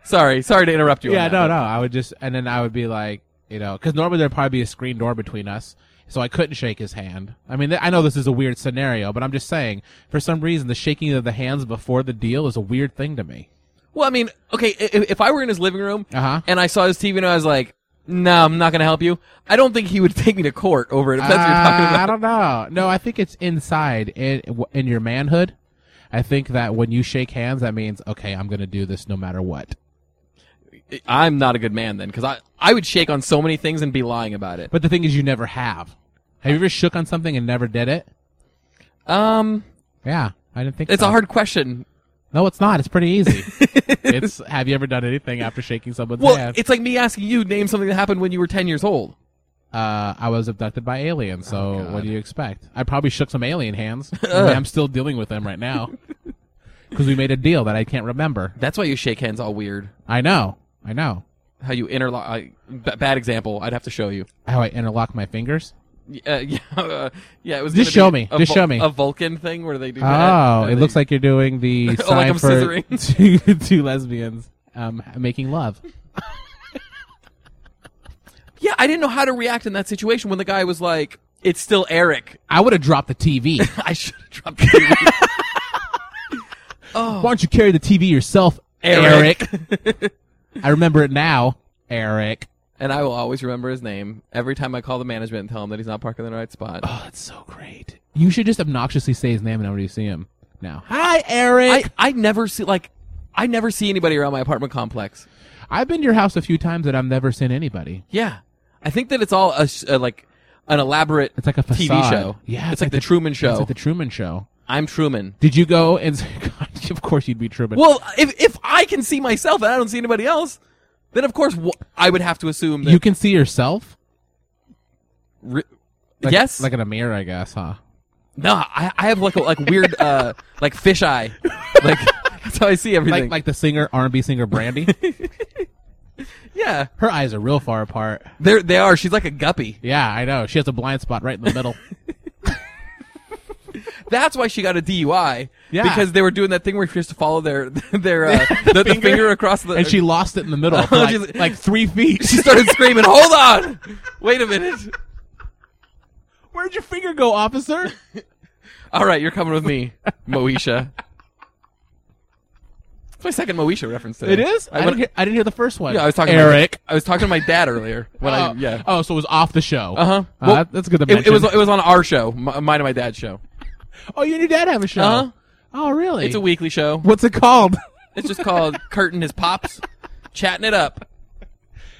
sorry, sorry to interrupt you. on Yeah, that, no, but- no. I would just, and then I would be like, you know, because normally there'd probably be a screen door between us, so I couldn't shake his hand. I mean, th- I know this is a weird scenario, but I'm just saying, for some reason, the shaking of the hands before the deal is a weird thing to me. Well, I mean, okay, i- i- if I were in his living room Uh-huh. and I saw his TV and I was like, "No, I'm not going to help you." I don't think he would take me to court over it. If that's what you're talking Uh, I about. don't know. No, I think it's inside in w- in your manhood. I think that when you shake hands, that means okay, I'm gonna do this no matter what. I'm not a good man then, because I I would shake on so many things and be lying about it. But the thing is, you never have. Have you ever shook on something and never did it? Um, Yeah, I didn't think it's so. a hard question. No, it's not. It's pretty easy. it's have you ever done anything after shaking someone's Well, hand? it's like me asking you to name something that happened when you were 10 years old. uh, I was abducted by aliens, so what do you expect? I probably shook some alien hands. I mean, I'm still dealing with them right now because we made a deal that I can't remember. That's why you shake hands all weird. I know, I know how you interlock. I, b- bad example. I'd have to show you. how I interlock my fingers. Y- Uh, yeah, uh, yeah. It was Just gonna show be me. a Just show me. A Vulcan thing where they do. that, Oh, and it they- looks like you're doing the Oh, sign like I'm for scissoring. two, two lesbians um, making love. Yeah, I didn't know how to react in that situation when the guy was like, "It's still Eric." I would have dropped the TV. I should have dropped. The TV. Why don't you carry the TV yourself, Eric. Eric? I remember it now, Eric. and I will always remember his name every time I call the management and tell him that he's not parking in the right spot. Oh, that's so great. You should just obnoxiously say his name and whenever you see him. Now, hi, Eric. I I never see like. I never see anybody around my apartment complex. I, I've been to your house a few times and I've never seen anybody. Yeah, I think that it's all a, s- uh, like an elaborate. It's like a TV facade. show. Yeah, It's like the Truman Show. It's like the Truman Show. I'm Truman. Did you go and? God, of course, you'd be Truman. Well, if if I can see myself and I don't see anybody else, then of course wh- I would have to assume that. you can see yourself. re- Like, yes. like in a mirror, I guess, huh? no, I, I have like a like weird uh like fish eye. Like that's how I see everything. Like like the singer R and B singer Brandy. yeah, Her eyes are real far apart. there they are. She's like a guppy. Yeah, I know. She has a blind spot right in the middle. That's why she got a DUI. Yeah. because they were doing that thing where she has to follow their their uh, the, the finger. across the. and she lost it in the middle, for Oh, like, she's- like three feet. she started screaming. Hold on, wait a minute. Where'd your finger go, officer? All right, you're coming with me, Moesha. It's my second Moesha reference today. It is. I, I, didn't when, hear, I didn't hear the first one. yeah, I was talking Eric. To my, I was talking to my dad earlier when I oh, yeah. Oh, so it was off the show. Uh-huh. Uh, Well, that- that's good. To It, mention. it was it was on our show, m- mine and my dad's show. Oh, you and your dad have a show. Uh-huh. Oh, really? It's a weekly show. What's it called? It's just called Curtin His Pops, chatting it up.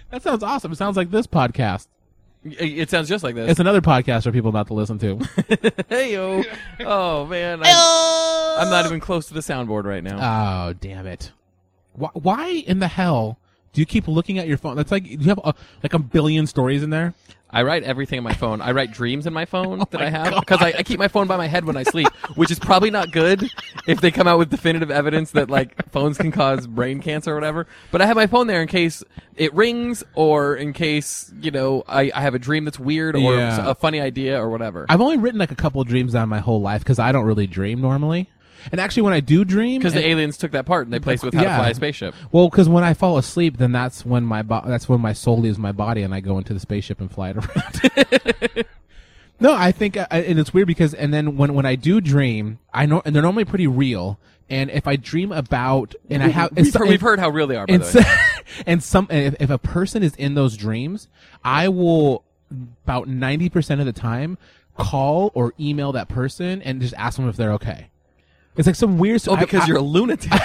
that sounds awesome. It sounds like this podcast. Y- It sounds just like this. It's another podcast for people not to listen to. hey yo, oh man, I'm, I'm not even close to the soundboard right now. oh, damn it! Why, why in the hell do you keep looking at your phone? That's like you have a, like a billion stories in there. I write everything in my phone. I write dreams in Oh my phone that I have because I, I keep my phone by my head when I sleep, which is probably not good if they come out with definitive evidence that like phones can cause brain cancer or whatever. But I have my phone there in case it rings or in case you know I, I have a dream that's weird or Yeah. a funny idea or whatever. I've only written like a couple dreams down my whole life because I don't really dream normally. And actually, when I do dream, Because it- the aliens took that part and they placed it with how Yeah. to fly a spaceship. Well, because when I fall asleep, then that's when my bo- that's when my soul leaves my body, and I go into the spaceship and fly it around. no, I think, I, and it's weird because, and then when when I do dream, I know, and they're normally pretty real. And if I dream about, and I have, and We've, so- heard, we've heard how real they are. By and, the way. so- and some, and if, if a person is in those dreams, I will about ninety percent of the time call or email that person and just ask them if they're okay. It's like some weird. oh, because I, you're a lunatic.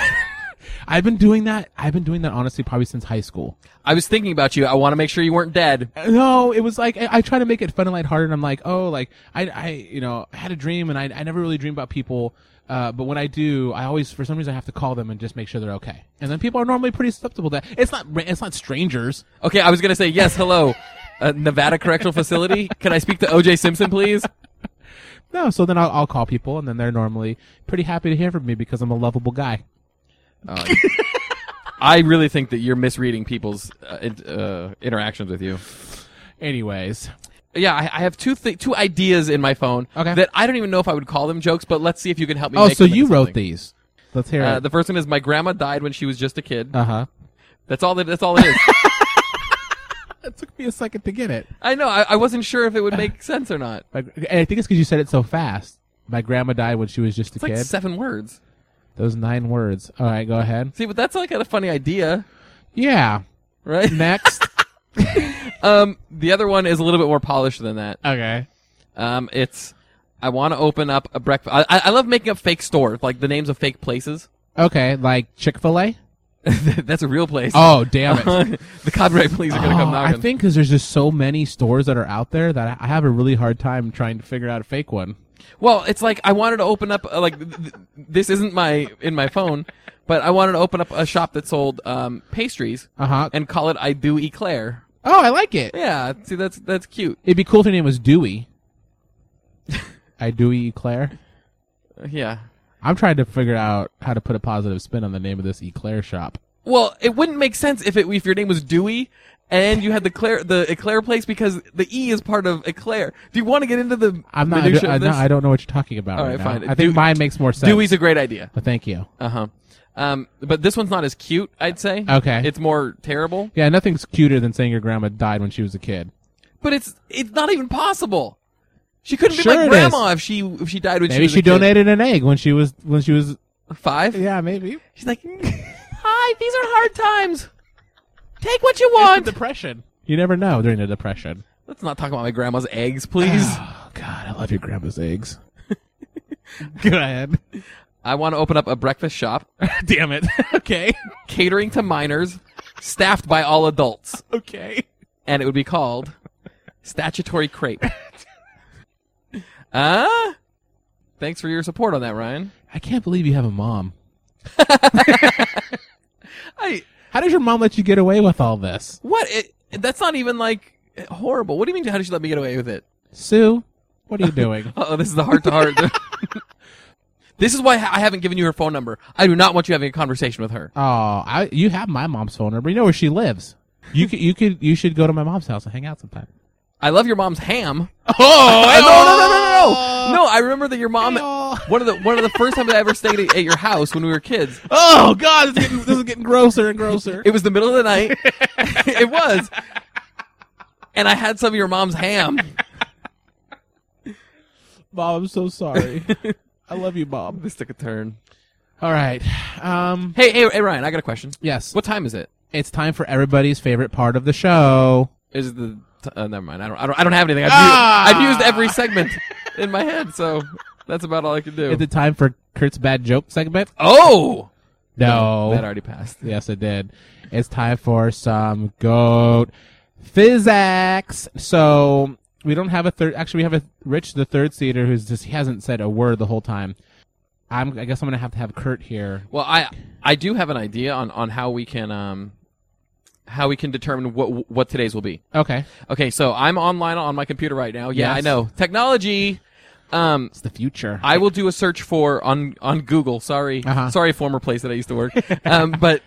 I've been doing that. I've been doing that honestly probably since high school. I was thinking about you. I want to make sure you weren't dead. No, it was like I, I try to make it fun and lighthearted. And I'm like, oh, like I, I, you know, I had a dream, and I, I never really dream about people. Uh, but when I do, I always, for some reason, I have to call them and just make sure they're okay. And then people are normally pretty susceptible to that. It's not, ra- it's not strangers. Okay, I was gonna say yes. Hello, uh, Nevada Correctional Facility. Can I speak to O.J. Simpson, please? No, so then I'll, I'll call people, and then they're normally pretty happy to hear from me because I'm a lovable guy. I really think that you're misreading people's uh, in- uh, interactions with you. Anyways, Yeah, I, I have two th- two ideas in my phone Okay. that I don't even know if I would call them jokes, but let's see if you can help me. oh, make so them into you wrote something. these? Let's hear Uh, it. the first one is my grandma died when she was just a kid. Uh huh. That's all. That, that's all it is. It took me a second to get it. I know. I, I wasn't sure if it would make sense or not. My, and I think it's because you said it so fast. My grandma died when she was just a It's like kid. seven words. Those nine words. All right, go ahead. See, but that's like a funny idea, Yeah. right? Next. um, the other one is a little bit more polished than that. okay. Um, it's I want to open up a breakfast. I, I I love making up fake stores, like the names of fake places. Okay, like Chick Fil A. That's a real place. Oh damn it! the copyright police are gonna Oh, come I knocking. think because there's just so many stores that are out there that I I have a really hard time trying to figure out a fake one. well, it's like I wanted to open up uh, like th- th- this isn't my in my phone, but I wanted to open up a shop that sold um, pastries Uh huh. and call it I Do Eclair. Oh, I like it. Yeah, see that's that's cute. It'd be cool if your name was Dewey. I Dewey Eclair. Yeah. I'm trying to figure out how to put a positive spin on the name of this Eclair shop. Well, it wouldn't make sense if it if your name was Dewey and you had the Claire the Eclair place because the E is part of Eclair. Do you want to get into the I'm not. I, minutia do, I, of no, this? I don't know what you're talking about. All right, right, now. fine. I think Dew- mine makes more sense. Dewey's a great idea. But thank you. Uh huh. Um, but this one's not as cute, I'd say. Okay. It's more terrible. Yeah, nothing's cuter than saying your grandma died when she was a kid. But it's it's not even possible. She couldn't Sure be it my grandma if she if she died when she Maybe was she a kid. donated an egg when she was when she was. five. Yeah, maybe. She's like, "Hi, these are hard times. Take what you want." depression. You never know during the depression. Let's not talk about my grandma's eggs, please. Oh God, I love your grandma's eggs. Go ahead. I want to open up a breakfast shop Damn it. okay. catering to minors staffed by all adults, Okay. and it would be called Statutory Crepe. Ah, thanks for your support on that, Ryan. I can't believe you have a mom. I How does your mom let you get away with all this? what? It, that's not even like horrible. What do you mean? How did she let me get away with it? Sue, what are you doing? Oh, this is the heart to heart. This is why I haven't given you her phone number. I do not want you having a conversation with her. oh, I, you have my mom's phone number. You know where she lives. You could, you could, you should go to my mom's house and hang out sometime. I love your mom's ham. Oh, no, no, no, no, oh. no, no! I remember that your mom. One of the one of the first times I ever stayed at, at your house when we were kids. Oh God, this is getting, this is getting grosser and grosser. It was the middle of the night. it was, and I had some of your mom's ham. Bob, I'm so sorry. I love you, Bob. This took a turn. All right. Um. Hey, hey, hey, Ryan! I got a question. Yes. What time is it? It's time for everybody's favorite part of the show. Is it the t- uh, never mind? I don't. I don't. I don't have anything. I've, Ah! used, I've used every segment in my head, so that's about all I can do. Is it time for Kurt's bad joke segment? oh, No. that already passed. Yes, it did. It's time for some goat physics. So we don't have a third. Actually, we have a Rich, the third seater, who's just he hasn't said a word the whole time. I'm. I guess I'm gonna have to have Kurt here. Well, I I do have an idea on on how we can um how we can determine what what today's will be. Okay. Okay, so I'm online on my computer right now. Yeah, Yes. I know technology. Um, It's the future. I will do a search for on on Google. Sorry, Uh-huh. sorry, former place that I used to work. um, but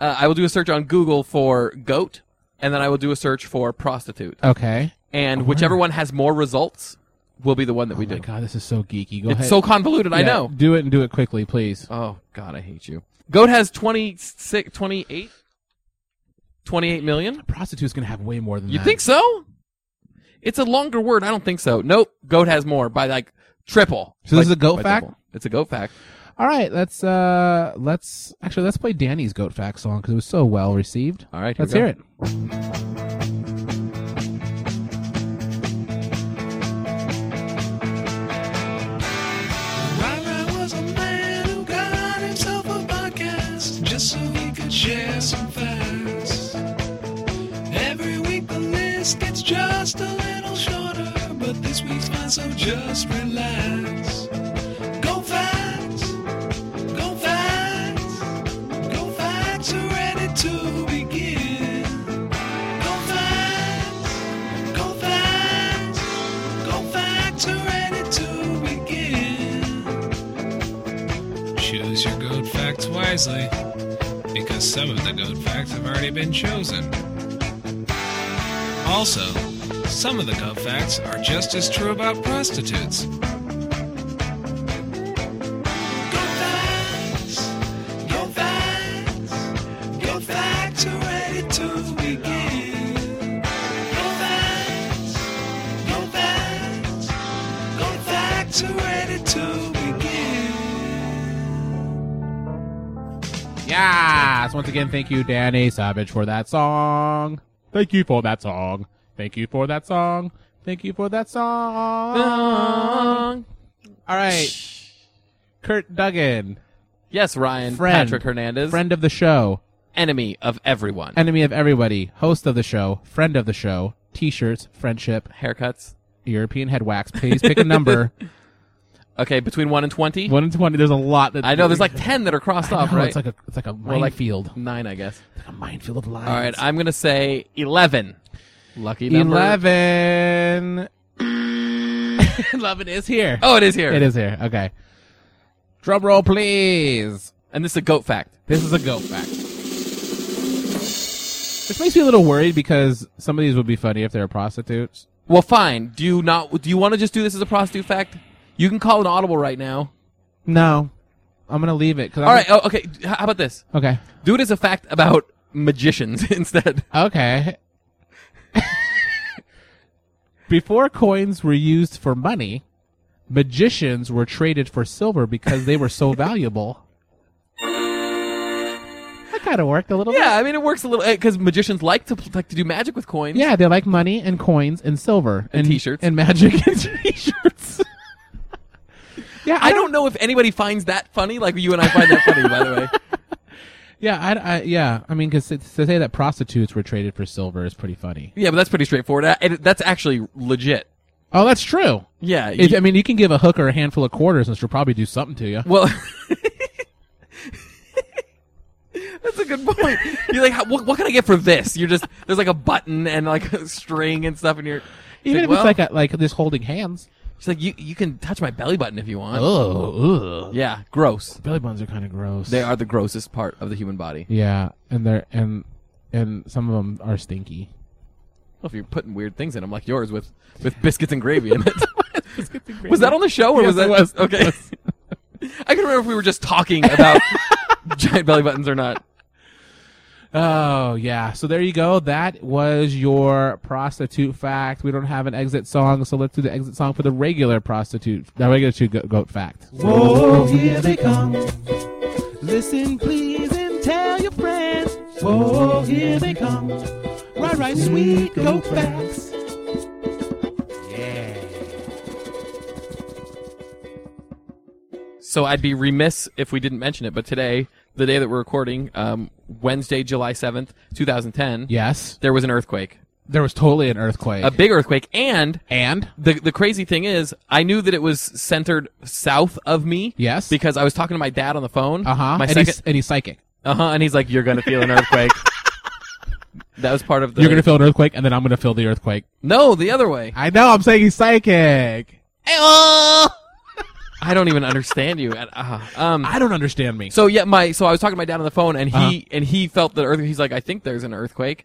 uh, I will do a search on Google for goat, and then I will do a search for prostitute, Oh, okay. and whichever one has more results will be the one that we Oh my do. God, this is so geeky. Go It's ahead. so convoluted. I Yeah, know. Do it and do it quickly, please. Oh God, I hate you. Goat has 26, 28? 28 million. Prostitute's gonna have way more than You that. think so? It's a longer word. I don't think so. Nope. Goat has more by like triple. So this By- is a goat by fact? double. It's a goat fact. All right, let's uh, let's actually let's play Danny's goat fact song because it was so well received. All right, here let's we go. hear it. Ryan was a man who got himself a podcast just so he could share some facts. Every week the list gets just a little shorter, but this week's fine, so just relax. Go facts, go facts, go facts are ready to begin. Go facts, go facts, go facts are ready to begin. Choose your good facts wisely, because some of the good facts have already been chosen. Also, some of the good facts are just as true about prostitutes. Good facts, good facts, good facts are ready to begin. Good facts, good facts, good facts are ready to begin. Yes. Once again, thank you, Danny Savage, for that song. Thank you for that song. Thank you for that song. Thank you for that Ah. song. All right. Kurt Duggan, Yes, Ryan. Friend. Patrick Hernandez. friend of the show, Enemy of everyone. enemy of everybody, host of the show, friend of the show, t-shirts, friendship, Haircuts. European head wax. Please pick a number. Okay, between one and twenty. One and twenty. There's a lot that I know there's like ten that are crossed off, No, right? It's like a it's like a Or, like, minefield. Nine, I guess. It's like a minefield of lies. All right, I'm gonna say eleven. Lucky number. eleven. eleven is here. Oh, it is here. It is here. Okay. Drum roll, please. And this is a goat fact. This is a goat fact. Which makes me a little worried because some of these would be funny if they were prostitutes. Well, fine. Do you not? Do you want to just do this as a prostitute fact? You can call an audible right now. No, I'm gonna leave it. Cause I'm All right. Oh, okay. H- How about this? Okay. Do it as a fact about magicians instead. Okay. Before coins were used for money, magicians were traded for silver because they were so valuable. That kind of worked a little bit. Yeah, I mean it works a little because magicians like to pl- like to do magic with coins. Yeah, they like money and coins and silver And t-shirts. and magic and t-shirts. yeah, I don't know if anybody finds that funny. Like you and I find that funny, by the way. Yeah, I, I- yeah. I mean, because to say that prostitutes were traded for silver is pretty funny. Yeah, but that's pretty straightforward. Uh, And that's actually legit. Oh, that's true. Yeah. If- you- I mean, you can give a hooker a handful of quarters, and she'll probably do something to you. well, that's a good point. You're like, how, what, what can I get for this? You're just there's like a button and like a string and stuff, and you're Even like, if well, it's like a, like this holding hands. she's like, you you can touch my belly button if you want. Oh, ugh. Yeah, gross. belly buttons are kind of gross. They are the grossest part of the human body. Yeah, and they're and and some of them are stinky. Well, if you're putting weird things in them, like yours with with biscuits and gravy in it. was that on the show or was that it was. okay? I can remember if we were just talking about giant belly buttons or not. Oh yeah. So there you go. That was your prostitute fact. We don't have an exit song, so let's do the exit song for the regular prostitute, the regular two go- goat fact. Whoa, Oh, here they come. Listen, please, and tell your friends. Whoa, here they come. Right, right, sweet goat facts. So I'd be remiss if we didn't mention it. But today, the day that we're recording, um, Wednesday, July seventh, two thousand ten, Yes, there was an earthquake, there was totally an earthquake. a big earthquake, and and the the crazy thing is, I knew that it was centered south of me. Yes. because I was talking to my dad on the phone. uh huh. My and, he's, second. and he's psychic. Uh huh. And he's like, "You're gonna feel an earthquake." that was part of the. You're gonna feel an earthquake, and then I'm gonna feel the earthquake. No, the other way. I know. I'm saying he's psychic. I don't even understand you. And, uh, um. I don't understand me. so yeah, my so I was talking to my dad on the phone, and he Uh-huh. and he felt the earthquake. He's like, "I think there's an earthquake,"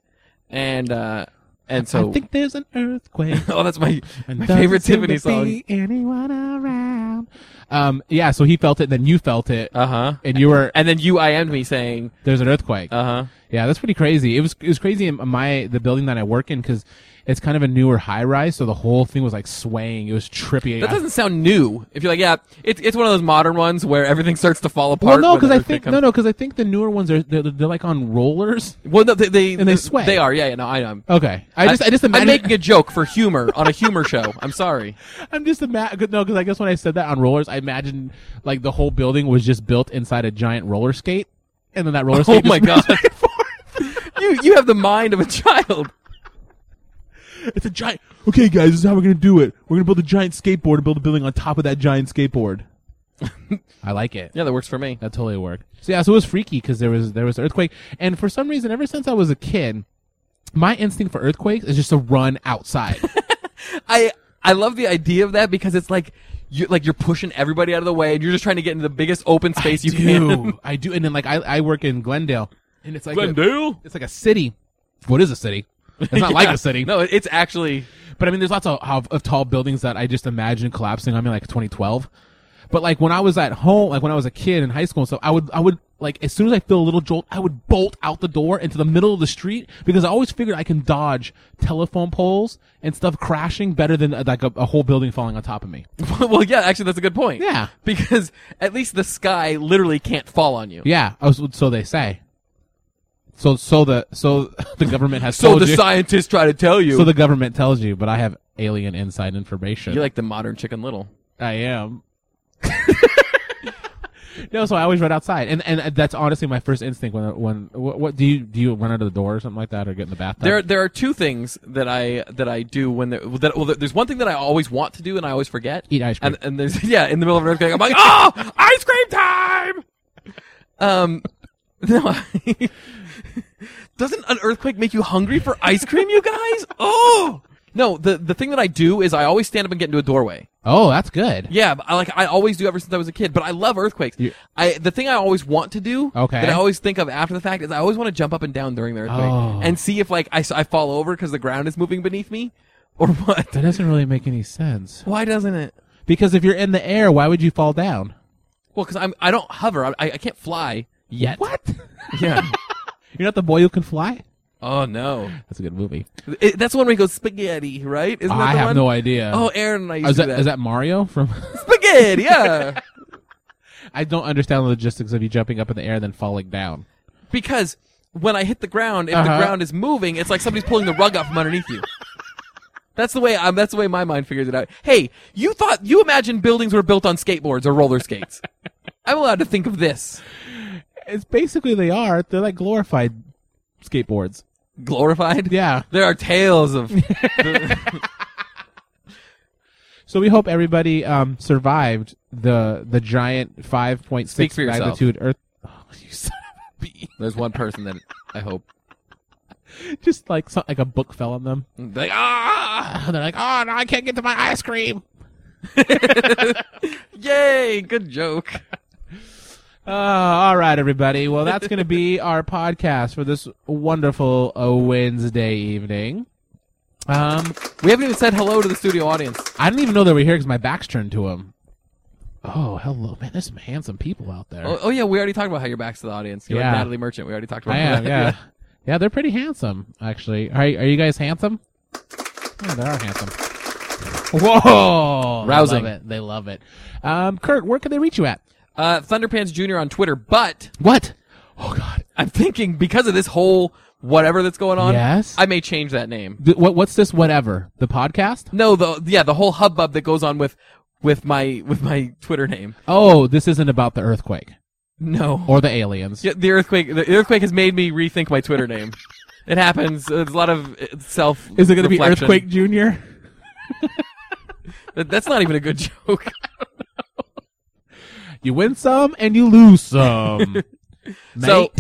and uh and so I think there's an earthquake. Oh, that's my, and my doesn't favorite seem Tiffany to song. be Anyone around? Um, yeah. So he felt it, then you felt it, Uh huh. and you were. And then you IM'd me saying, there's an earthquake. uh huh. yeah, that's pretty crazy. It was it was crazy in my the building that I work in because it's kind of a newer high rise, so the whole thing was like swaying. It was trippy. That I- doesn't sound new. If you're like, yeah, it's it's one of those modern ones where everything starts to fall well, apart. no, when the because I earthquake think comes. no, no, because I think the newer ones are they're, they're like on rollers. Well, no, they they, And they sway. They are. Yeah, yeah. No, I know. Okay, I just I, just I'm imagine making a joke for humor on a humor show. I'm sorry. I'm just imagine no, because I guess when I said that on rollers, I imagined like the whole building was just built inside a giant roller skate, and then that roller Oh skate. my just- god. you you have the mind of a child. it's a giant. Okay, guys, this is how we're gonna do it. We're gonna build a giant skateboard and build a building on top of that giant skateboard. I like it. Yeah, that works for me. That totally worked. So yeah, so it was freaky because there was there was an earthquake, and for some reason, ever since I was a kid, my instinct for earthquakes is just to run outside. I I love the idea of that because it's like you like you're pushing everybody out of the way and you're just trying to get into the biggest open space you can. do. I do, and then like I, I work in Glendale, and it's like a- it's like a city. What is a city? It's not like a city. No, it's actually But I mean, there's lots of, of, of tall buildings that I just imagine collapsing. I mean, like 2012. But like when I was at home, like when I was a kid in high school and stuff, I would, I would, like, as soon as I feel a little jolt, I would bolt out the door into the middle of the street because I always figured I can dodge telephone poles and stuff crashing better than uh, like a, a whole building falling on top of me. well, yeah. Actually, that's a good point. Yeah. because at least the sky literally can't fall on you. Yeah. I was, so they say. So, so the, so the government has So told the you. scientists try to tell you. so the government tells you, but I have alien inside information. you're like the modern Chicken Little. I am. no, so I always run outside, and and that's honestly my first instinct when when what, what do you do you run out of the door or something like that or get in the bathtub? There, there are two things that I that I do when there, that well, there's one thing that I always want to do and I always forget. Eat ice cream. And, and there's yeah, in the middle of an earthquake, I'm like, oh, ice cream time. Um, no. I- doesn't an earthquake make you hungry for ice cream, you guys? Oh. No, the, the thing that I do is I always stand up and get into a doorway. oh, that's good. Yeah, but I like I always do ever since I was a kid. But I love earthquakes. You- I the thing I always want to do Okay. that I always think of after the fact is I always want to jump up and down during the earthquake Oh. and see if like I, s- I fall over because the ground is moving beneath me or what. That doesn't really make any sense Why doesn't it? because if you're in the air, why would you fall down? Well, because I'm I don't hover. I, I can't fly yet. What? Yeah. you're not the boy who can fly. oh no. That's a good movie. It, that's the one where he goes spaghetti, right? Isn't that I the have one? no idea. Oh, Aaron and I used is to that do is that Mario from? spaghetti? Yeah. I don't understand the logistics of you jumping up in the air and then falling down. because when I hit the ground, if Uh-huh. the ground is moving, it's like somebody's pulling the rug out from underneath you. That's the way I'm, that's the way my mind figures it out. Hey, you thought you imagined buildings were built on skateboards or roller skates. I'm allowed to think of this. It's basically they are. They're like glorified skateboards. glorified. Yeah. There are tales of So we hope everybody um, survived the the giant five point Speak six for yourself. magnitude Earth. Oh, you son of a bee. There's one person that I hope. Just like some, like a book fell on them. Like, ah! And they're like, oh no, I can't get to my ice cream. Yay! Good joke. Uh, all right, everybody. Well, that's going to be our podcast for this wonderful uh, Wednesday evening. Um, We haven't even said hello to the studio audience. I didn't even know they were here because my back's turned to them. Oh, hello, man. There's some handsome people out there. Oh, oh yeah, we already talked about how your back's to the audience. You're like Yeah. Natalie Merchant. We already talked about I am, that. yeah. Yeah, they're pretty handsome, actually. Are, are you guys handsome? Yeah, they are handsome. Whoa! Rousing. They love it. They love it. Um, Kurt, where can they reach you at? Uh, Thunderpants Jr. on Twitter, but What? Oh, God. I'm thinking because of this whole whatever that's going on, Yes? I may change that name. Th- what, what's this whatever? The podcast? No, the yeah, the whole hubbub that goes on with with my with my Twitter name. Oh, this isn't about the earthquake No, or the aliens. yeah, the earthquake. The earthquake has made me rethink my Twitter name. it happens. There's a lot of uh, self. Is it going to be reflection. Earthquake Junior? That- That's not even a good joke. You win some and you lose some. Mate. So,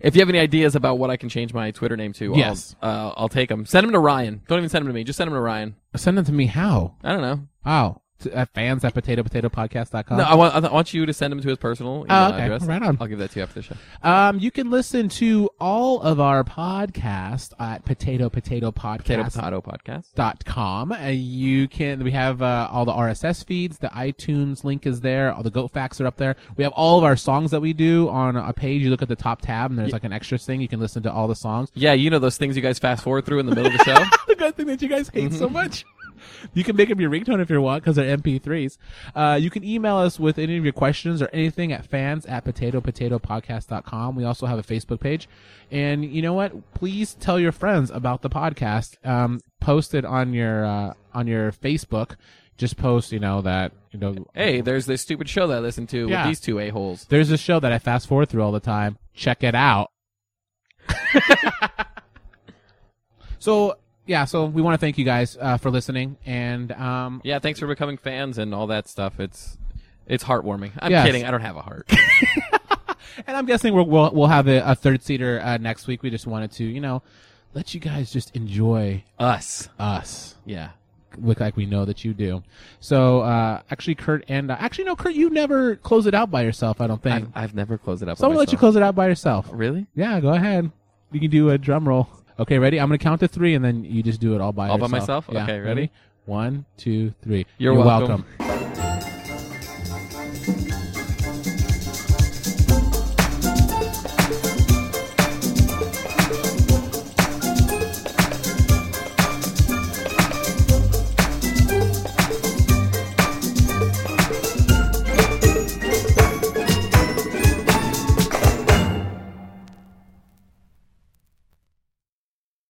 if you have any ideas about what I can change my Twitter name to, Yes. I'll, uh, I'll take them. Send them to Ryan. Don't even send them to me. Just send them to Ryan. send it to me. How? I don't know. How? To, at fans at potato potato podcast.com. No, I want, I want you to send them to his personal email Uh. Oh, okay. address. Right on. I'll give that to you after the show. Um, you can listen to all of our podcast at potato Potato potato podcast. Potato Podcast. Dot com. Uh, you can. We have uh, all the RSS feeds. The iTunes link is there. All the goat facts are up there. We have all of our songs that we do on a page. You look at the top tab, and there's like an extra thing. You can listen to all the songs. Yeah, you know those things you guys fast forward through in the middle of the show. the good thing that you guys hate so much. You can make them your ringtone if you want because they're MP3s. Uh, you can email us with any of your questions or anything at fans at potato potato podcast.com. We also have a Facebook page. And you know what? Please tell your friends about the podcast. Um, post it on your, uh, on your Facebook. Just post, you know, that, you know, hey, there's this stupid show that I listened to Yeah. with these two a holes. there's a show that I fast forward through all the time. Check it out. so yeah, so we want to thank you guys uh, for listening, and um, Yeah, thanks for becoming fans and all that stuff. It's it's heartwarming. I'm Yes. kidding. I don't have a heart. and I'm guessing we're, we'll we'll have a, a third seater uh, next week. We just wanted to, you know, let you guys just enjoy Us. us. Yeah. Look like we know that you do. So uh, actually, Kurt and uh, actually no, Kurt, you never close it out by yourself. I don't think. I've, I've never closed it up. so I'm gonna let you close it out by yourself. Really? Yeah, go ahead. You can do a drum roll. Okay, ready? I'm gonna count to three, and then you just do it all by All by yourself. myself? Okay, ready? One, two, three. You're welcome. welcome.